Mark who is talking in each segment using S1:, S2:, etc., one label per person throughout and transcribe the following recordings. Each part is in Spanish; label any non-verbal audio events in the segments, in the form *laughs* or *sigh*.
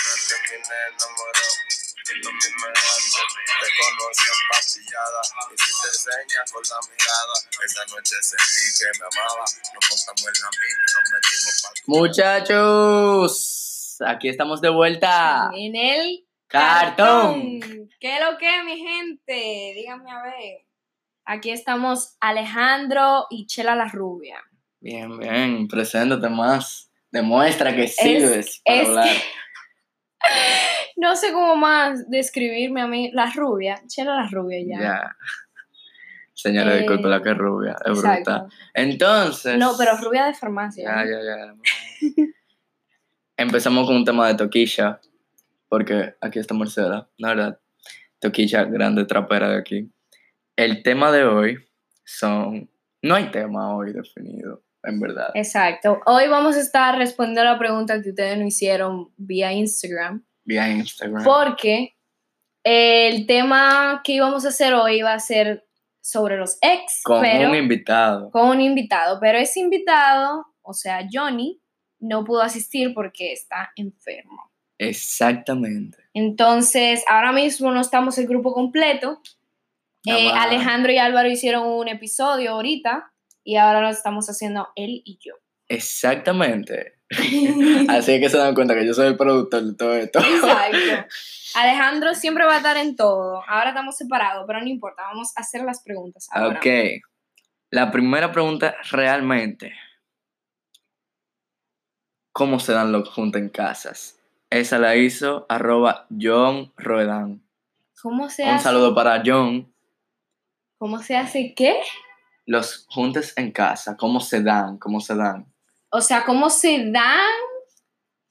S1: se Este enamoró. Lo mismo era antes, te conocí empastillada, me hiciste señas con la mirada. Esa noche sentí que me amaba, nos montamos en la mini, nos metimos para
S2: Muchachos, aquí estamos de vuelta.
S3: En el
S2: Ah. Cartón.
S3: ¿Qué lo que, mi gente? Díganme a ver. Aquí estamos Alejandro y Chela la Rubia.
S2: Bien, bien, preséntate más. Demuestra que sirves para
S3: es este
S2: hablar.
S3: No sé cómo más describirme a mí. La Rubia. Chela la Rubia ya.
S2: Ya. Señora,
S3: Eh,
S2: disculpe la que es rubia, es
S3: Exacto.
S2: brutal. Entonces.
S3: No, pero Rubia de farmacia.
S2: Ya, ya, ya. Empezamos con un tema de Toquilla, porque aquí está Marcela, la verdad. Toquilla, grande trapera de aquí. El tema de hoy son... No hay tema hoy definido, en verdad.
S3: Eh, Exacto. Hoy vamos a estar respondiendo a la pregunta que ustedes nos hicieron vía Instagram.
S2: Vía Instagram.
S3: Porque el tema que íbamos a hacer hoy va a ser sobre los ex.
S2: con
S3: pero
S2: un invitado.
S3: con un invitado, pero ese invitado, o sea, Johnny, no pudo asistir porque está enfermo.
S2: Exactamente.
S3: Entonces, ahora mismo no estamos el grupo completo. Eh,
S2: Nada más.
S3: Alejandro y Álvaro hicieron un episodio ahorita y ahora lo estamos haciendo él y
S2: *laughs*
S3: yo.
S2: Exactamente. Así que se dan cuenta que yo soy el productor de todo esto.
S3: Exacto. Alejandro siempre va a estar en todo. Ahora estamos separados, pero no importa, vamos a hacer las preguntas. Ahora.
S2: Ok. La primera pregunta realmente. ¿Cómo se dan los juntos en casas? Esa la hizo arroba John Roedán.
S3: ¿Cómo se
S2: Un
S3: hace?
S2: saludo para John.
S3: ¿Cómo se hace qué?
S2: Los juntes en casa, ¿cómo se dan? ¿Cómo se dan?
S3: O sea, ¿cómo se dan?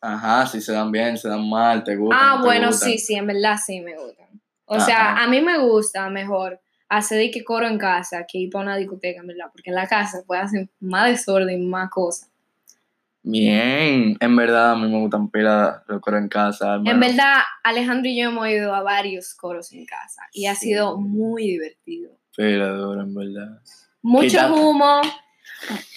S2: Ajá, si se dan bien, se dan mal, te gusta. Ah,
S3: Ah, bueno, sí, sí, en verdad sí me gustan. O sea,
S2: Ajá.
S3: a mí me gusta mejor hacer de que coro en casa que ir para una discoteca, en verdad, porque en la casa puede hacer más desorden, más cosas.
S2: Bien, en verdad a mí me gustan pila los coros en casa. hermano.
S3: En verdad, Alejandro y yo hemos ido a varios coros en casa y ha
S2: Sí.
S3: sido muy divertido.
S2: Pila dura, en verdad.
S3: Mucho
S2: Quítate.
S3: humo,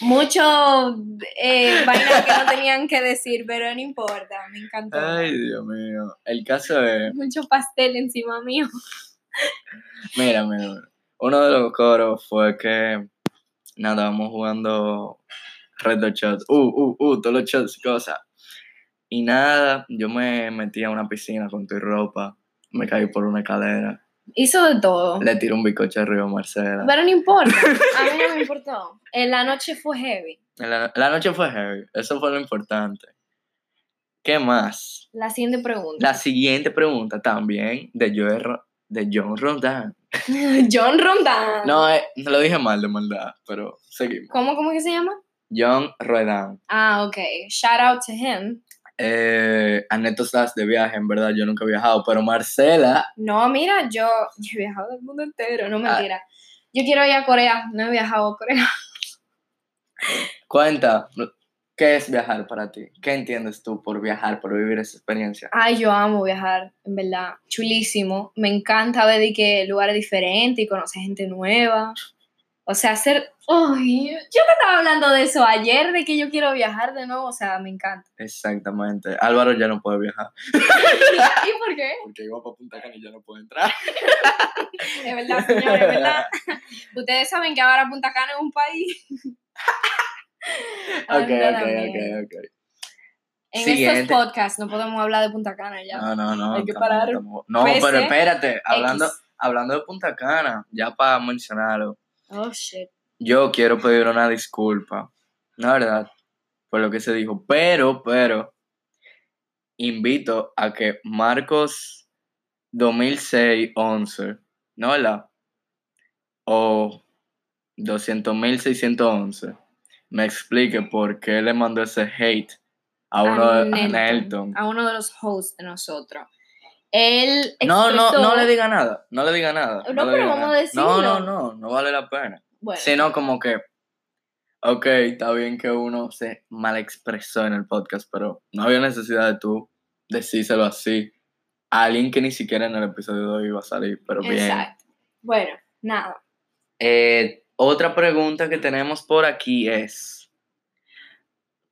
S3: mucho eh, vaina que no tenían que decir, pero no importa, me encantó.
S2: Ay, Dios mío. El caso es.
S3: Mucho pastel encima mío.
S2: Mira, mira, mira. uno de los coros fue que nada, vamos jugando Red Dot Shots. Uh, uh, uh, todos los shots y cosas. Y nada, yo me metí a una piscina con tu ropa. Me caí por una escalera.
S3: Hizo de todo.
S2: Le tiré un bicoche arriba a Marcela.
S3: Pero no importa, a mí no me importó. En la noche fue heavy.
S2: La, la noche fue heavy. Eso fue lo importante. ¿Qué más?
S3: La siguiente pregunta.
S2: La siguiente pregunta también de, Joe Ro- de John Rondán.
S3: *laughs* John Rondán.
S2: No, eh, no lo dije mal de maldad, pero seguimos.
S3: ¿Cómo, cómo que se llama?
S2: John Roedán.
S3: Ah, ok. Shout out to him.
S2: eh, anécdotas de viaje, en verdad yo nunca he viajado, pero Marcela,
S3: No, mira, yo, *laughs* yo he viajado del mundo entero, no mentira. Yo quiero ir a Corea, no he viajado a Corea. *laughs*
S2: cuenta, ¿qué es viajar para ti? ¿Qué entiendes tú por viajar, por vivir esa experiencia?
S3: Ay, yo amo viajar, en verdad. Chulísimo. Me encanta ver de que lugares diferentes y conocer gente nueva. O sea, hacer... Ay, yo te estaba hablando de eso ayer, de que yo quiero viajar de nuevo. O sea, me
S2: *laughs*
S3: encanta.
S2: Exactamente. Álvaro ya no puede viajar,
S3: ¿Y por qué?
S2: porque iba para Punta Cana y ya no puede entrar.
S3: Es verdad, señores, es verdad. Ustedes saben que ahora Punta Cana es
S2: *laughs*
S3: un país.
S2: *laughs* ok,
S3: Anda,
S2: ok,
S3: mira.
S2: ok, ok.
S3: En
S2: Siguiente.
S3: estos podcasts no podemos hablar de Punta Cana ya.
S2: No, no, no.
S3: Hay que
S2: estamos-
S3: parar.
S2: estamos- No,
S3: PC,
S2: pero espérate, Ah, hablando,
S3: X.
S2: hablando de Punta Cana, ya para mencionarlo,
S3: Oh, shit.
S2: yo quiero pedir una disculpa, la verdad, por lo que se dijo, pero, pero, invito a que Marcos 2006-11, ¿no? ¿Verdad? O 200.611, me explique por qué le mandó ese hate a uno de a Nelton.
S3: A uno de los hosts de nosotros. Él
S2: No, no, no
S3: expresó-
S2: le diga nada, no le diga nada.
S3: No,
S2: le
S3: pero
S2: diga
S3: vamos
S2: nada.
S3: a
S2: No, no,
S3: decirlo.
S2: no, no vale la pena.
S3: Bueno,
S2: Sino como que, ok, está bien que uno se mal expresó en el podcast, pero no había necesidad de tú decírselo así a alguien que ni siquiera en el episodio de hoy iba a salir, pero bien.
S3: exacto. Bueno, nada.
S2: Eh, otra pregunta que tenemos por aquí es,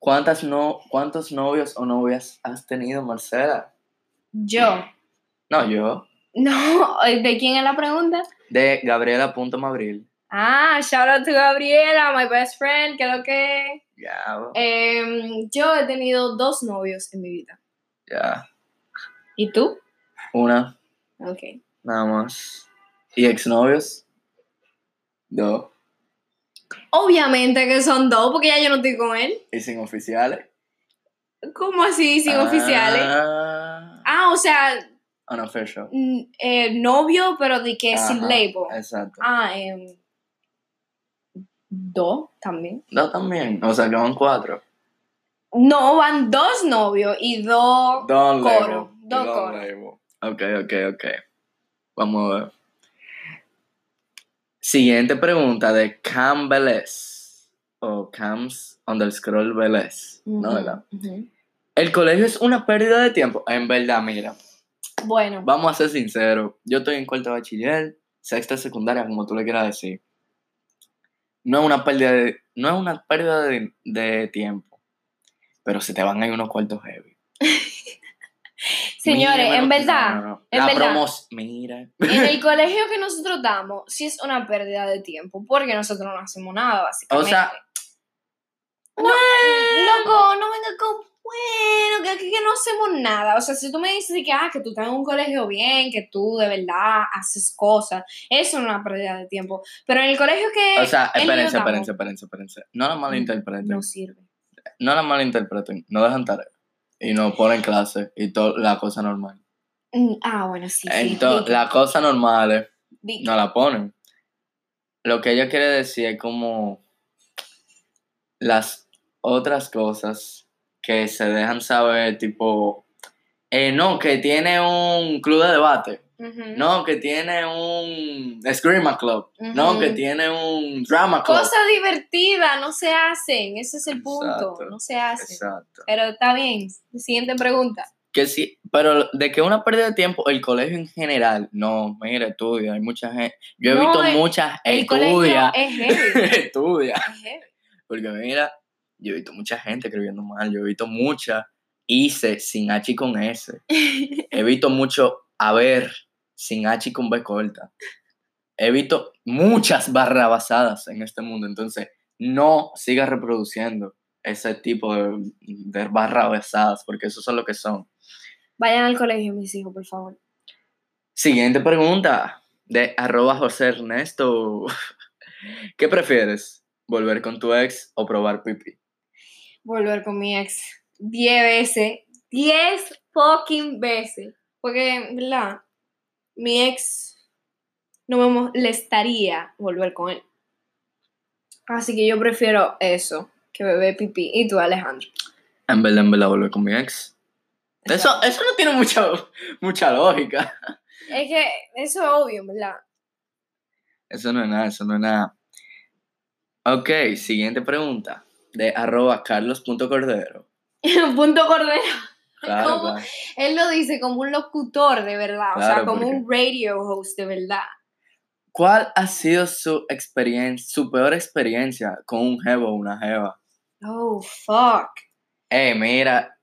S2: ¿cuántas no, ¿cuántos novios o novias has tenido, Marcela?
S3: Yo. *laughs*
S2: No, yo.
S3: No, ¿de quién es la pregunta?
S2: De Gabriela.mabril.
S3: Ah, shout out to Gabriela, my best friend, que lo que.
S2: Ya, bo-
S3: Em, yo he tenido dos novios en mi vida.
S2: ya.
S3: ¿Y tú?
S2: Una,
S3: Ok.
S2: nada más. ¿Y exnovios? Dos.
S3: Obviamente que son dos, porque ya yo no estoy con él.
S2: ¿Y sin oficiales?
S3: ¿Cómo así, sin oficiales?
S2: Ah,
S3: Ah, o sea,
S2: Unofficial.
S3: mm, eh, novio, pero de que sin
S2: Ajá,
S3: label.
S2: Exacto.
S3: Ah, em, dos también.
S2: Dos también. O sea, que van cuatro.
S3: No, van dos novios y dos.
S2: Don
S3: Coro,
S2: label.
S3: dos coro.
S2: label. Ok, ok, ok. Vamos a ver. Siguiente pregunta de Cam Vélez. O Cams underscore Vélez. ¿No,
S3: Ujú,
S2: verdad?
S3: ujú.
S2: El colegio es una pérdida de tiempo. En verdad, mira.
S3: Bueno,
S2: Vamos a ser sinceros. Yo estoy en cuarto de bachiller, sexta de secundaria, como tú le quieras decir. No es una pérdida de, no es una pérdida de, de tiempo. Pero se te van ahí unos cuartos heavy.
S3: señores,
S2: Mira,
S3: en
S2: no,
S3: verdad.
S2: no, no, no.
S3: en
S2: la
S3: verdad. Eh,
S2: promos- mira.
S3: En el colegio que nosotros damos, sí es una pérdida de tiempo, porque nosotros no hacemos nada, básicamente.
S2: O sea,
S3: no, loco, no venga con bueno, que aquí que no hacemos nada. O sea, si tú me dices de que, ah, que tú estás en un colegio bien, que tú de verdad haces cosas, eso no es una pérdida de tiempo. Pero en el colegio que
S2: O sea,
S3: el mío
S2: espérense,
S3: damos.
S2: espérense, espérense, espérense. No la malinterpreten.
S3: no sirve.
S2: No la malinterpreten. No dejan tarea. Y no ponen clase y toda la cosa normal.
S3: Mm, Ah, bueno, sí.
S2: Entonces, las cosas normales
S3: sí,
S2: no la ponen. Lo que ella quiere decir es como las otras cosas que se dejan saber, tipo, eh, no, que tiene un club de debate, no, que tiene un Screamer Club, no, que tiene un Drama Club.
S3: Cosas divertidas no se hacen, ese es el punto,
S2: Exacto,
S3: no se hacen.
S2: Exacto.
S3: Pero está bien. Siguiente pregunta.
S2: Que sí, pero de que una pérdida de tiempo, el colegio en general, no, mira, estudia, hay mucha gente, yo he
S3: No,
S2: visto
S3: el-
S2: muchas,
S3: El
S2: estudia,
S3: colegio es heavy.
S2: *laughs* estudia.
S3: es heavy.
S2: Porque mira, yo he visto mucha gente escribiendo mal, yo he visto mucha hice sin H y con S. *laughs* He visto mucho haber sin H y con B corta. He visto muchas barrabasadas en este mundo. Entonces, no sigas reproduciendo ese tipo de, de barrabasadas, porque eso son lo que son.
S3: Vayan al colegio, mis hijos, por favor.
S2: Siguiente pregunta de arroba José Ernesto. *laughs* ¿Qué prefieres? ¿Volver con tu ex o probar pipí?
S3: Volver con mi ex. Diez veces. Diez fucking veces. Porque, ¿verdad? Mi ex no me molestaría volver con él. Así que yo prefiero eso que beber pipí. Y tú, Alejandro.
S2: En verdad, en verdad, volver con mi ex. Eso, eso no tiene mucha, mucha lógica.
S3: Es que eso es
S2: *laughs*
S3: obvio, ¿verdad?
S2: Eso no es nada, eso no es nada. Ok, siguiente pregunta. De arroba carlos.cordero.
S3: Punto cordero.
S2: Claro,
S3: ¿Cómo?
S2: claro.
S3: Él lo dice como un locutor de verdad, o sea,
S2: Claro,
S3: como
S2: porque-
S3: un radio host de verdad.
S2: ¿Cuál ha sido su experiencia, su peor experiencia con un jevo o una jeva?
S3: Oh, fuck.
S2: Eh, mira,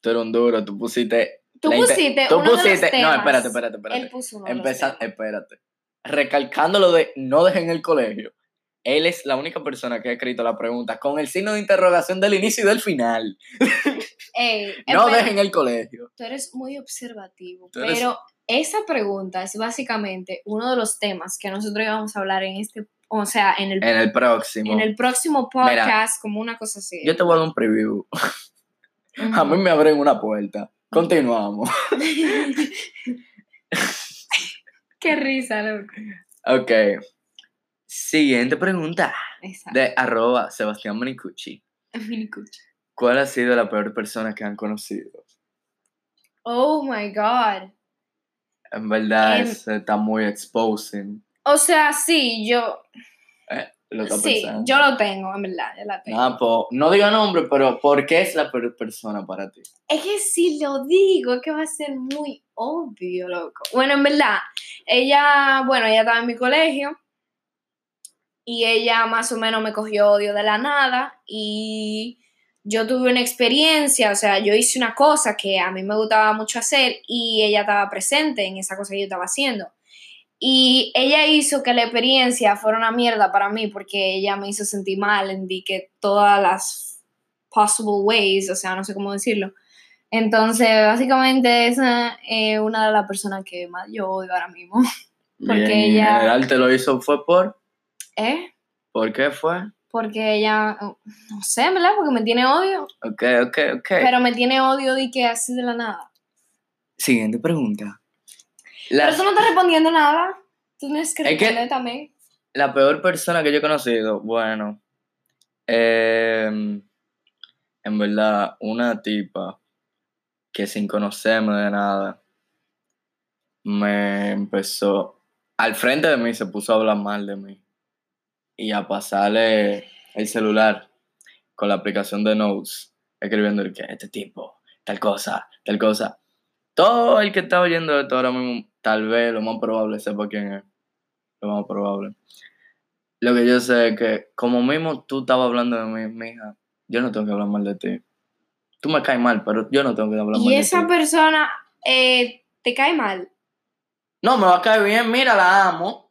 S2: tú eres un duro, tú pusiste...
S3: Tú
S2: la inte-
S3: pusiste
S2: tú
S3: Eh, uno de los
S2: pusiste- No,
S3: temas.
S2: espérate, espérate, espérate. em-
S3: Él puso uno de los
S2: Empezando,
S3: temas.
S2: espérate. Recalcando lo de no dejen el colegio. Él es la única persona que ha escrito la pregunta con el signo de interrogación del inicio y del final.
S3: Ey,
S2: No
S3: espera,
S2: dejen el colegio.
S3: Tú eres muy observativo,
S2: Tú eres-
S3: pero esa pregunta es básicamente uno de los temas que nosotros íbamos a hablar en este, o sea, en el,
S2: En el próximo.
S3: en el próximo
S2: Eh, Mira.
S3: podcast, como una cosa así.
S2: Yo te voy a dar un preview.
S3: Ujú.
S2: A mí me abren una puerta. Continuamos.
S3: *laughs*
S2: *laughs*
S3: Qué risa, loco.
S2: Ok. Siguiente pregunta
S3: *laughs* Exacto.
S2: de arroba Sebastián Manicucci. ¿Cuál ha sido la peor persona que han conocido?
S3: Oh my god.
S2: En verdad,
S3: Em.
S2: ese está muy exposing.
S3: O sea, sí, yo
S2: Lo está
S3: sí,
S2: pensando.
S3: yo lo tengo, en verdad, yo la tengo.
S2: Nada, po- no diga nombre, pero ¿por qué es la peor persona para ti?
S3: Es que si lo digo, es que va a ser muy obvio, loco. Bueno, en verdad, ella, bueno, ella estaba en mi colegio y ella más o menos me cogió odio de la nada y yo tuve una experiencia, o sea, yo hice una cosa que a mí me gustaba mucho hacer y ella estaba presente en esa cosa que yo estaba haciendo. Y ella hizo que la experiencia fuera una mierda para mí porque ella me hizo sentir mal en di que todas las possible ways, o sea, no sé cómo decirlo. Entonces, básicamente esa es una de las personas que más yo odio ahora mismo. *laughs* Porque
S2: Bien, y
S3: ella-
S2: En general te lo hizo fue por.
S3: ¿Eh?
S2: ¿Por qué fue?
S3: Porque ella, no sé, ¿verdad? Porque me tiene odio.
S2: Ok, ok, ok.
S3: Pero me tiene odio de que así de la nada.
S2: Siguiente pregunta. La,
S3: Pero tú no estás respondiendo nada. Tú tienes que
S2: Es que-
S3: responder también.
S2: la peor persona que yo he conocido, bueno. em, en verdad, una tipa que sin conocerme de nada me empezó. Al frente de mí se puso a hablar mal de mí y a pasarle el celular con la aplicación de Notes, escribiendo el que este tipo, tal cosa, tal cosa. Todo el que está oyendo esto ahora mismo, tal vez lo más probable sepa quién es. Lo más probable. Lo que yo sé es que, como mismo tú estabas hablando de mí, mija, yo no tengo que hablar mal de ti. Tú me caes mal, pero yo no tengo que hablar mal
S3: Y
S2: de ti.
S3: esa persona eh, te cae mal.
S2: No, me va a caer bien, mira, la amo.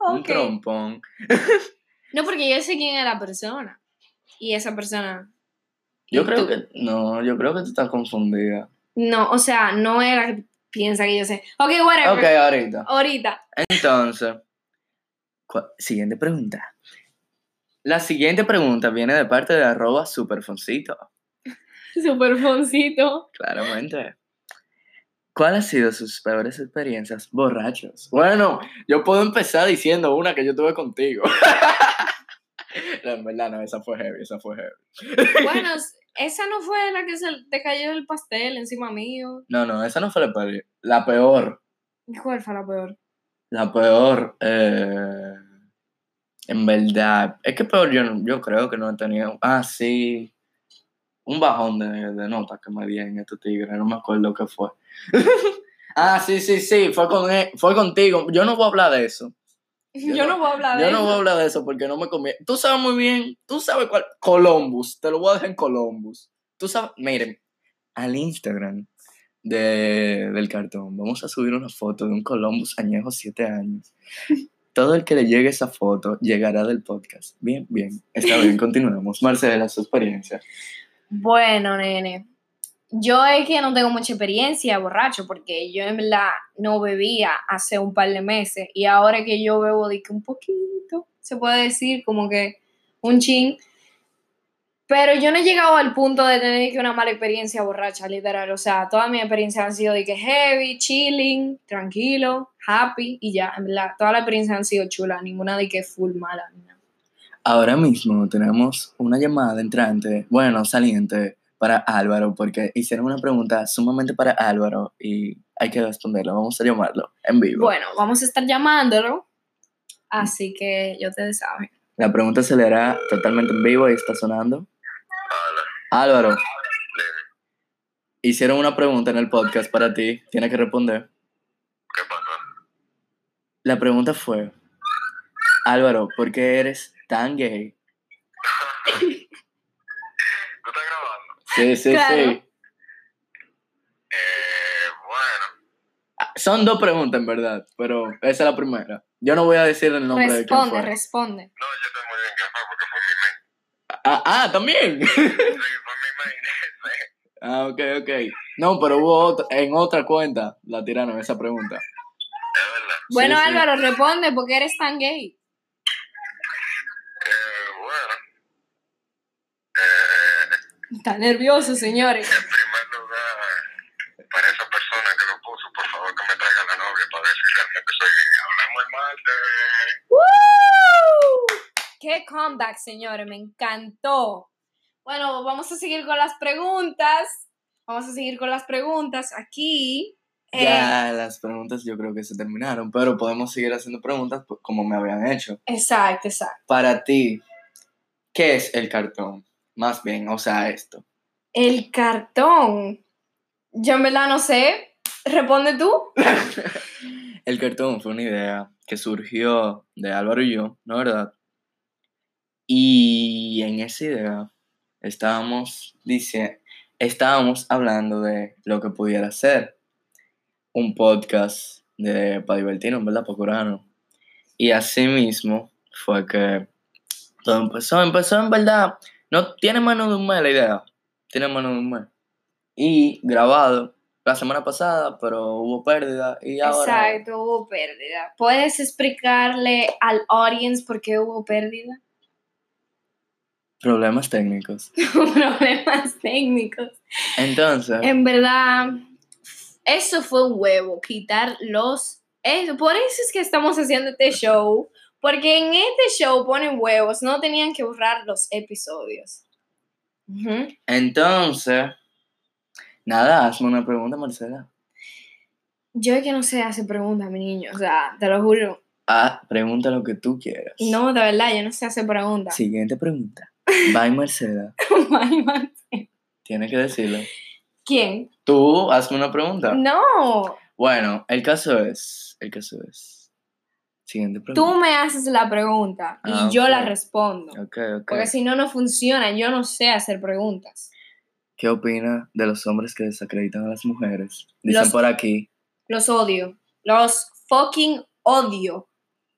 S2: Un
S3: Ok.
S2: trompón.
S3: No, porque yo sé quién es la persona. Y esa persona.
S2: Yo
S3: y
S2: creo
S3: tú.
S2: que. No, yo creo que tú estás confundida.
S3: No, o sea, no es la que piensa que yo sé. Ok, whatever.
S2: Ok, ahorita.
S3: Ahorita. *laughs*
S2: Entonces. cua- Siguiente pregunta. La siguiente pregunta viene de parte de arroba superfoncito.
S3: Super foncito.
S2: Claramente. ¿Cuál ha sido sus peores experiencias borrachos? Bueno, yo puedo empezar diciendo una que yo tuve contigo. *laughs* No, en verdad, no, esa fue heavy, esa fue heavy. *laughs*
S3: Bueno, esa no fue la que se te cayó el pastel encima mío.
S2: No, no, esa no fue la peor. La peor.
S3: ¿Cuál fue la peor?
S2: La peor. eh, en verdad. Es que peor yo, no- yo creo que no he tenido. Ah, sí. Un bajón de, de notas que me dieron estos tigres. No me acuerdo qué fue. *laughs* ah, sí, sí, sí. Fue, con, él- fue contigo. Yo no voy a hablar de eso. no-
S3: Yo, no, voy a hablar de
S2: Yo no
S3: eso.
S2: voy a hablar de eso porque no me conviene. Tú sabes muy bien, tú sabes cuál. Columbus, te lo voy a dejar en Columbus. Tú sabes, miren, al Instagram de, del cartón, vamos a subir una foto de un Columbus añejo 7 años.
S3: *laughs*
S2: Todo el que le llegue esa foto llegará del podcast. Bien, bien, está bien, continuamos. Marcela, su experiencia.
S3: Bueno, nene. Yo es que no tengo mucha experiencia borracho porque yo en verdad no bebía hace un par de meses y ahora que yo bebo de que un poquito, se puede decir como que un chin. Pero yo no he llegado al punto de tener de que una mala experiencia borracha, literal. O sea, todas mis experiencias han sido de que heavy, chilling, tranquilo, happy y ya. En verdad, todas las experiencias han sido chulas, ninguna de que full mala. ni nada.
S2: Ahora mismo tenemos una llamada entrante, bueno, saliente para Álvaro, porque hicieron una pregunta sumamente para Álvaro y hay que responderla. Vamos a llamarlo en vivo.
S3: Bueno, vamos a estar llamándolo. Así que yo te saben.
S2: La pregunta se le hará totalmente en vivo y está sonando. Álvaro, hicieron una pregunta en el podcast para ti, tienes que responder.
S1: ¿Qué pasó?
S2: La pregunta fue, Álvaro, ¿por qué eres tan gay?
S1: ¿Tú estás grabando?
S2: Sí, sí, sí.
S3: Claro.
S1: Eh, bueno,
S2: Son dos preguntas en verdad, pero esa es la primera. Yo no voy a decir el nombre de quién
S3: Responde,
S2: fue.
S3: responde.
S1: no, yo sé muy bien qué fue porque fue mi mente.
S2: Ah, ah, también. *laughs*
S1: Fue mi mente.
S2: ah, ok, ok. No, pero hubo otra, en otra cuenta la tiraron esa pregunta.
S1: Es verdad.
S3: Bueno,
S2: sí.
S3: Álvaro, responde porque eres tan gay.
S1: Eh, bueno. Eh,
S3: Está nervioso, señores.
S1: en primer lugar, para esa persona que lo puso, por favor que me traiga la novia para ver si realmente soy gay. Hablamos el martes.
S3: ¡Qué comeback, señores! Me encantó. Bueno, vamos a seguir con las preguntas. Vamos a seguir con las preguntas aquí. Eh,
S2: Ya las preguntas yo creo que se terminaron, pero podemos seguir haciendo preguntas pues, como me habían hecho.
S3: Exacto, exacto.
S2: Para ti, ¿qué es el cartón? Más bien, o sea, esto.
S3: El cartón. Yo en verdad no sé. Responde tú.
S2: El cartón fue una idea que surgió de Álvaro y yo, ¿no verdad? Y Y en esa idea estábamos, dice, estábamos hablando de lo que pudiera ser un podcast de, para divertirnos, ¿verdad? Para curarnos. Y así mismo fue que todo empezó. Empezó en verdad. No tiene menos de un mes la idea. Tiene menos de un mes. Y grabado la semana pasada, pero hubo pérdida. Y ahora.
S3: Exacto, hubo pérdida. ¿Puedes explicarle al audience por qué hubo pérdida? *laughs*
S2: Problemas técnicos.
S3: Problemas *laughs* técnicos. *laughs*
S2: Entonces.
S3: En verdad, eso fue un huevo, quitar los... eso- por eso es que estamos haciendo este show, porque en este show ponen huevos, no tenían que borrar los episodios. Ujú.
S2: Entonces. Nada, hazme una pregunta, Marcela.
S3: Yo es que no sé hacer preguntas, mi niño, o sea, te lo juro.
S2: Ah, pregunta lo que tú quieras.
S3: No, de verdad, yo no sé hacer preguntas.
S2: Siguiente pregunta. Bye, Marcela.
S3: *laughs* Ay, man.
S2: Tienes que decirlo.
S3: ¿Quién?
S2: Tú hazme una pregunta.
S3: No,
S2: Bueno, el caso es. El caso es. Siguiente
S3: tú
S2: pregunta.
S3: me haces la pregunta y
S2: Ah,
S3: yo la
S2: ok.
S3: respondo.
S2: Ok, ok.
S3: Porque si no, no funciona. Yo no sé hacer preguntas.
S2: ¿Qué opina de los hombres que desacreditan a las mujeres? Dicen
S3: Los-
S2: por aquí.
S3: Los odio. Los fucking odio.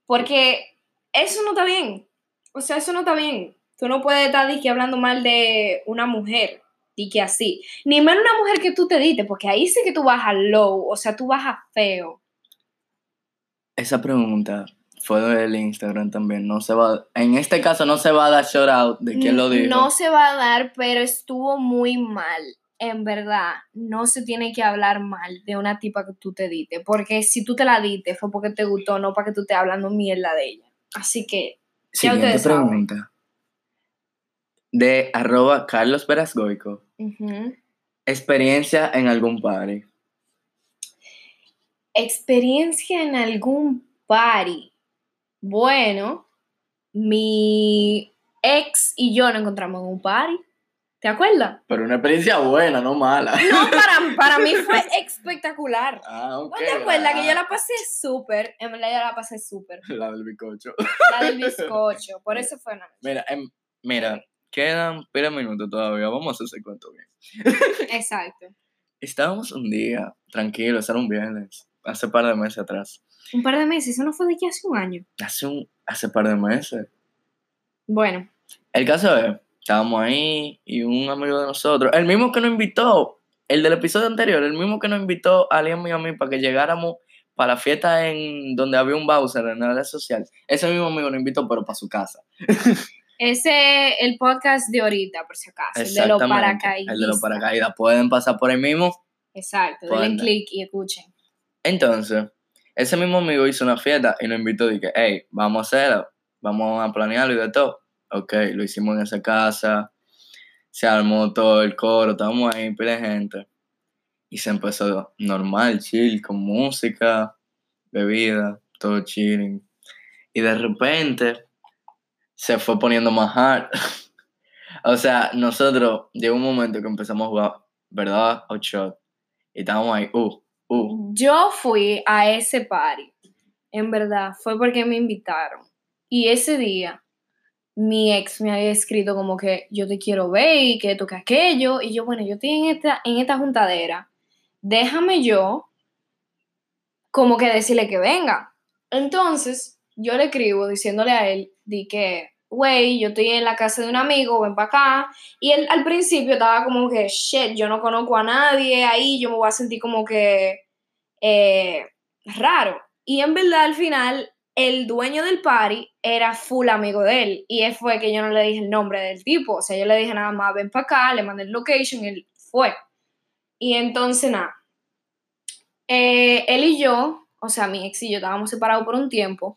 S3: Porque eso no está bien. O sea, eso no está bien. Tú no puedes estar que hablando mal de una mujer. Y que así. Ni menos una mujer que tú te diste, porque ahí sí que tú vas a low. O sea, tú vas a feo.
S2: Esa pregunta fue del Instagram también. No se va. En este caso no se va a dar shout out de quién lo dijo.
S3: No se va a dar, pero estuvo muy mal. En verdad, no se tiene que hablar mal de una tipa que tú te diste. Porque si tú te la diste, fue porque te gustó, no para que tú estés hablando mierda de ella. Así que ya
S2: Siguiente
S3: ustedes saben.
S2: pregunta. De arroba Carlos Verasgoico.
S3: Ujú.
S2: Experiencia en algún party.
S3: Experiencia en algún party. Bueno, mi ex y yo nos encontramos en un party.
S2: *laughs*
S3: ¿Te acuerdas?
S2: Pero una experiencia buena, no
S3: *laughs*
S2: mala.
S3: No, para, para mí fue espectacular.
S2: Ah,
S3: ¿No
S2: ok.
S3: te acuerdas que yo la pasé súper? En verdad, yo la pasé súper.
S2: ah, La del bizcocho.
S3: La del bizcocho. Por eso fue una.
S2: Mira, em, mira, quedan pera minutos todavía. Vamos a hacer ese cuento bien.
S3: Exacto.
S2: Estábamos un día, tranquilos, era un viernes, hace par de meses atrás.
S3: Un par de meses. Eso no fue de aquí hace un año.
S2: Hace un, hace par de meses.
S3: Bueno,
S2: El caso es, estábamos ahí y un amigo de nosotros, el mismo que nos invitó, el del episodio anterior, el mismo que nos invitó a Liam y a mí para que llegáramos para la fiesta en donde había un Bowser en la red social. Ese mismo amigo nos invitó, pero para su casa.
S3: ese el podcast de ahorita, por si acaso. El de los paracaidistas.
S2: El de los paracaídas. Pueden pasar por ahí mismo.
S3: Exacto, denle
S2: Ponla.
S3: clic y escuchen.
S2: Entonces, ese mismo amigo hizo una fiesta y nos invitó. Dije, hey, vamos a hacerlo, vamos a planearlo y de todo. Ok, lo hicimos en esa casa, se armó todo el coro, estábamos ahí, pila de gente. Y se empezó normal, chill, con música, bebida, todo chilling. Y de repente se fue poniendo más hard. *laughs* o sea, nosotros llegó un momento que empezamos a jugar, ¿verdad? O shot. Y estábamos ahí, uh, uh,
S3: Yo fui a ese party, en verdad, fue porque me invitaron. Y ese día, mi ex me había escrito como que yo te quiero ver y que esto, que aquello. Y yo, bueno, yo estoy en esta, en esta juntadera, déjame yo como que decirle que venga. Entonces, yo le escribo diciéndole a él, di que, güey, yo estoy en la casa de un amigo, ven para acá. Y él al principio estaba como que, shit, yo no conozco a nadie ahí, yo me voy a sentir como que eh, raro. Y en verdad, al final, el dueño del party era full amigo de él. Y él fue que yo no le dije el nombre del tipo. O sea, yo le dije nada más, ven para acá, le mandé el location, él fue. Y entonces, nada. Eh, él y yo, o sea, mi ex y yo estábamos separados por un tiempo.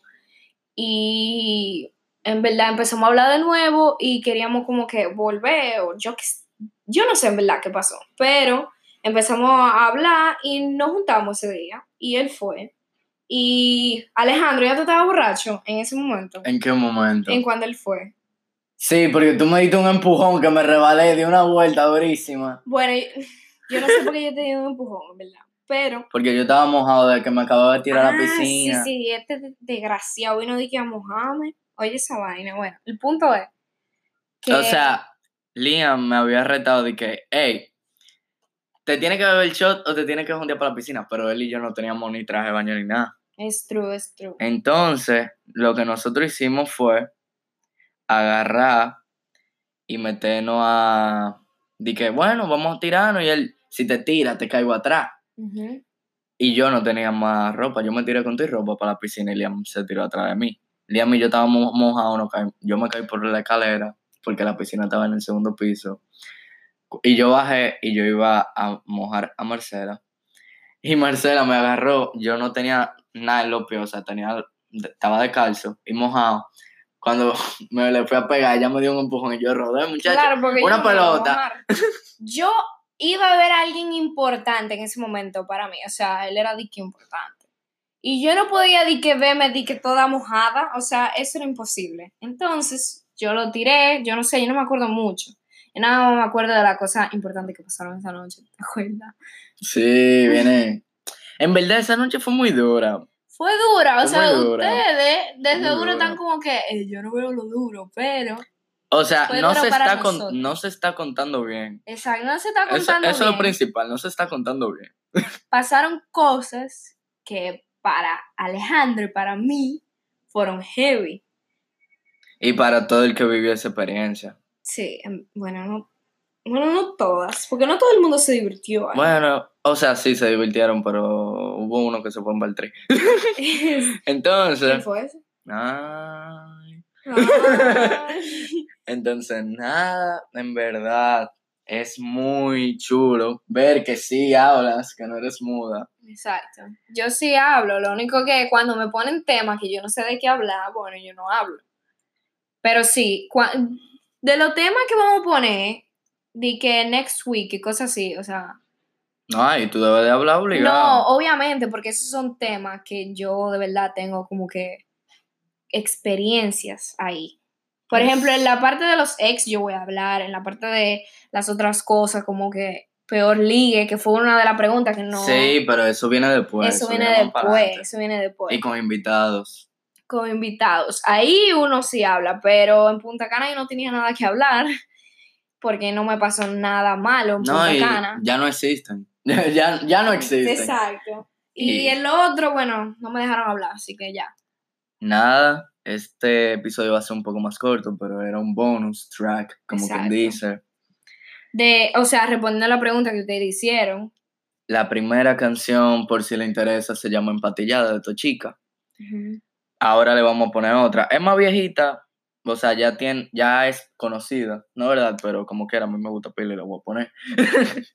S3: Y en verdad empezamos a hablar de nuevo y queríamos como que volver. O yo, qué s- yo no sé en verdad qué pasó. Pero empezamos a hablar y nos juntamos ese día y él fue. Y Alejandro ya tú estabas borracho en ese momento,
S2: ¿En qué momento?
S3: en cuando él fue.
S2: Sí, porque tú me diste un empujón que me rebalé de una vuelta durísima.
S3: Bueno, yo- yo no sé por qué yo te di un empujón, en verdad, pero...
S2: Porque yo estaba mojado de que me acababa de tirar a la
S3: Ah,
S2: piscina.
S3: Sí, sí, este de- desgraciado vino de que a mojarme. Oye, esa vaina. Bueno, el punto es que-
S2: O sea, Liam me había retado de que, hey, te tienes que beber el shot o te tienes que juntar para la piscina, pero él y yo no teníamos ni traje de baño ni nada.
S3: es true, es true.
S2: Entonces, lo que nosotros hicimos fue agarrar y meternos a... de que, bueno, vamos a tirarnos y él, si te tira, te caigo atrás.
S3: Ujú.
S2: Y yo no tenía más ropa. Yo me tiré con tu ropa para la piscina y Liam se tiró atrás de mí. Liam y yo estábamos mojados. nos caí- yo me caí por la escalera porque la piscina estaba en el segundo piso. Cu- Y yo bajé y yo iba a mojar a Marcela. Y Marcela me agarró. Yo no tenía nada en los pies, o sea, tenía, estaba descalzo y mojado. Cuando *laughs* me le fui a pegar, ella me dio un empujón y yo rodé, muchacho.
S3: Claro, porque yo
S2: una
S3: no me iba a
S2: pelota.
S3: mamar. Yo iba a ver a alguien importante en ese momento para mí. O sea, él era dique importante. Y yo no podía di que verme di que toda mojada. O sea, eso era imposible. Entonces, yo lo tiré. Yo no sé, yo no me acuerdo mucho. Yo nada más me acuerdo de la cosa importante que pasaron esa noche. ¿Te acuerdas?
S2: Sí, viene. En verdad, esa noche fue muy dura.
S3: Fue dura. O
S2: Fue muy
S3: sea,
S2: dura.
S3: ustedes de
S2: Muy
S3: seguro
S2: dura.
S3: están como que eh, yo no veo lo duro, pero.
S2: O sea,
S3: Fue
S2: no
S3: dura
S2: se,
S3: para
S2: está con-
S3: nosotros.
S2: no se está contando bien.
S3: Exacto, no se está
S2: Eso,
S3: contando.
S2: eso es lo
S3: bien.
S2: principal, no se está contando bien.
S3: pasaron cosas que para Alejandro y para mí fueron heavy.
S2: Y para todo el que vivió esa experiencia.
S3: Sí, em, bueno, no, bueno, no todas, porque no todo el mundo se divirtió. ¿eh?
S2: Bueno, o sea, sí se divirtieron, pero hubo uno que se fue en Baltri.
S3: *laughs* ¿Quién
S2: Entonces.
S3: fue
S2: *laughs*
S3: ese?
S2: ay,
S3: Ay.
S2: entonces, nada, en verdad, es muy chulo ver que sí hablas, que no eres muda.
S3: Exacto. Yo sí hablo, lo único que cuando me ponen temas que yo no sé de qué hablar, bueno, yo no hablo. Pero sí, cua- de los temas que vamos a poner, de que next week y cosas así, o sea,
S2: No, y tú debes de hablar
S3: No,
S2: obligado.
S3: obviamente, porque esos son temas que yo de verdad tengo como que experiencias ahí. Por
S2: Uf.
S3: ejemplo, en la parte de los ex yo voy a hablar, en la parte de las otras cosas, como que peor ligue, que fue una de las preguntas que no...
S2: Sí, pero Pues, eso viene después.
S3: eso viene
S2: más para
S3: después,
S2: adelante.
S3: eso viene después.
S2: Y con invitados.
S3: Con invitados. Ahí uno sí habla, pero en Punta Cana yo no tenía nada que hablar, *laughs* porque no me pasó nada malo en
S2: No,
S3: Punta
S2: y
S3: Cana.
S2: ya no existen. *laughs* ya, ya no existen.
S3: Exacto. Y,
S2: Y-
S3: el otro, bueno, no me dejaron hablar, así que ya.
S2: Nada, este episodio va a ser un poco más corto, pero era un bonus track, como quien
S3: Exacto.
S2: dice.
S3: De, o sea, respondiendo a la pregunta que ustedes hicieron.
S2: La primera canción, por si le interesa, se llama Empatillada de Tochica. Ahora le vamos a poner otra. Es más viejita, o sea, ya, tiene, ya es conocida, ¿no verdad? Pero como quiera, a mí me gusta pila y la voy a poner. *laughs*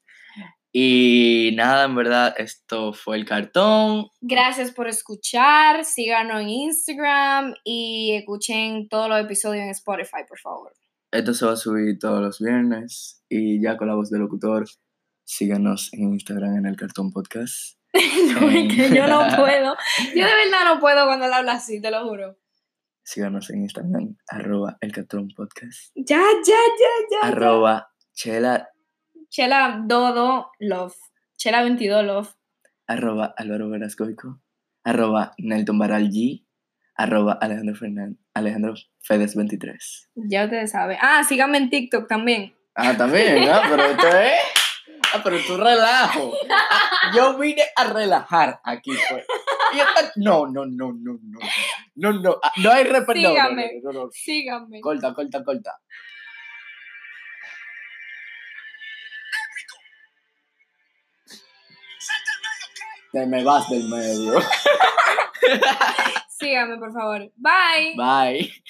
S2: y nada, en verdad, esto fue el cartón.
S3: Gracias por escuchar, síganos en Instagram y escuchen todos los episodios en Spotify, por favor. *laughs*
S2: Esto se va a subir todos los viernes y ya con la voz del locutor, síganos en Instagram en el Cartón Podcast.
S3: Porque
S2: *laughs*
S3: yo no puedo, yo de verdad no puedo cuando él habla así, te lo juro.
S2: Síganos en Instagram, arroba el Cartón Podcast,
S3: Ya, ya, ya, ya. ya.
S2: arroba chela,
S3: Chela Dodo Love, Chela 22 Love.
S2: arroba Álvaro Verascoico, arroba Nelton Baral G, arroba Alejandro Fernández, Alejandro Fedes 23.
S3: Ya ustedes saben. Ah, síganme en TikTok también.
S2: Ah, también, ah, pero esto es, ah, pero tú relajo. Ah, yo vine a relajar aquí, pues. Y esta- no, no, no, no, no, no, no, ah, no hay respeto. no, no,
S3: Sígame.
S2: no, no, no.
S3: Síganme.
S2: Corta, corta, corta. Te me vas del medio.
S3: Síganme, por favor. Bye.
S2: Bye.